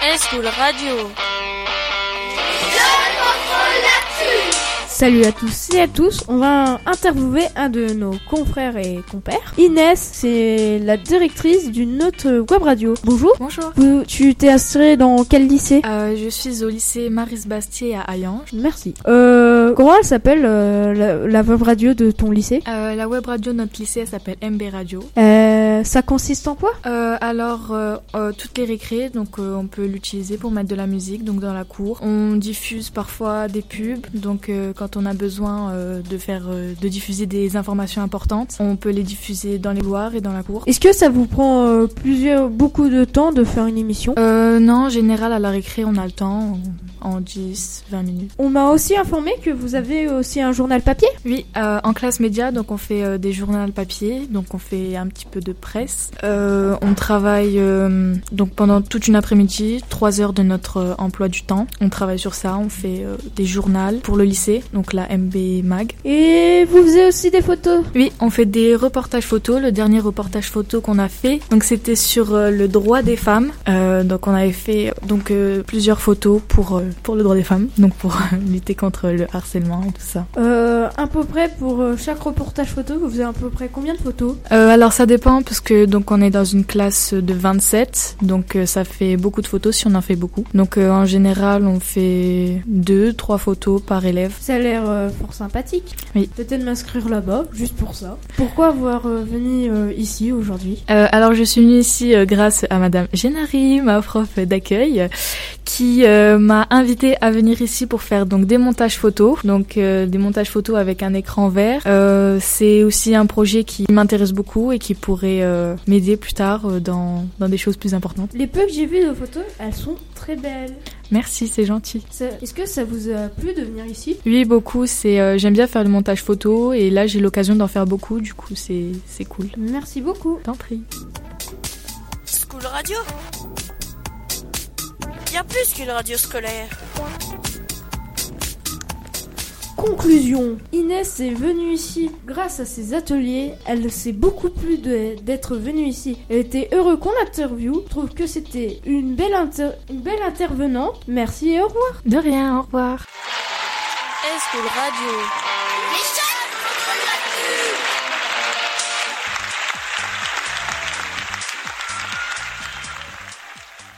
High School Radio. Salut à tous et à tous, on va interviewer un de nos confrères et compères. Inès, c'est la directrice d'une autre web radio. Bonjour, Bonjour. Vous- tu t'es inscrit dans quel lycée Euh, je suis au lycée Maris Bastier à Allange. Merci. Euh, comment elle s'appelle euh, la, la web radio de ton lycée Euh, la web radio de notre lycée elle s'appelle MB Radio. Euh, Ça consiste en quoi Euh, alors, euh, euh, toutes les récré, donc euh, on peut l'utiliser pour mettre de la musique, donc dans la cour. On diffuse parfois des pubs, donc euh, quand on a besoin euh, de faire, euh, de diffuser des informations importantes, on peut les diffuser dans les couloirs et dans la cour. Est-ce que ça vous prend euh, plusieurs, beaucoup de temps de faire une émission Euh, non, en général, à la récré, on a le temps, en en 10, 20 minutes. On m'a aussi informé que vous avez aussi un journal papier. Oui, euh, en classe média, donc on fait euh, des journaux papier, donc on fait un petit peu de presse. Euh, on travaille euh, donc pendant toute une après-midi, trois heures de notre euh, emploi du temps. On travaille sur ça, on fait euh, des journaux pour le lycée, donc la MB Mag. Et vous faisiez aussi des photos. Oui, on fait des reportages photos. Le dernier reportage photo qu'on a fait, donc c'était sur euh, le droit des femmes. Euh, donc on avait fait donc euh, plusieurs photos pour euh, pour le droit des femmes, donc pour euh, lutter contre le harcèlement et tout ça. Euh, à peu près pour euh, chaque reportage photo, vous faisiez à peu près combien de photos Euh, alors ça dépend parce que donc on est dans une classe de 27 donc euh, ça fait beaucoup de photos si on en fait beaucoup. Donc euh, en général on fait deux trois photos par élève. Ça a l'air euh, fort sympathique. Oui. Peut-être m'inscrire là-bas, juste pour ça. Pourquoi avoir euh, venu euh, ici aujourd'hui Euh, alors je suis venue ici euh, grâce à Madame Génari, ma prof d'accueil, euh, qui euh, m'a invitée à venir ici pour faire donc des montages photos, donc euh, des montages photos avec un écran vert. Euh, C'est aussi un projet qui m'intéresse beaucoup et qui pourrait euh, m'aider plus tard euh, dans dans des choses plus importantes. Les peu que j'ai vu de photos, elles sont très belles. Merci, c'est gentil. Ça- Est-ce que ça vous a plu de venir ici Oui, beaucoup. C'est euh, j'aime bien faire le montage photo et là j'ai l'occasion d'en faire beaucoup. Du coup, c'est c'est cool. Merci beaucoup. T'en prie. School Radio. Bien plus qu'une radio scolaire. Conclusion. Inès est venue ici grâce à ses ateliers. Elle s'est beaucoup plu de- d'être venue ici. Elle était heureux qu'on l'interviewe. Je trouve que c'était une belle, inter- une belle intervenante. Merci et au revoir. De rien. Au revoir. High School Radio.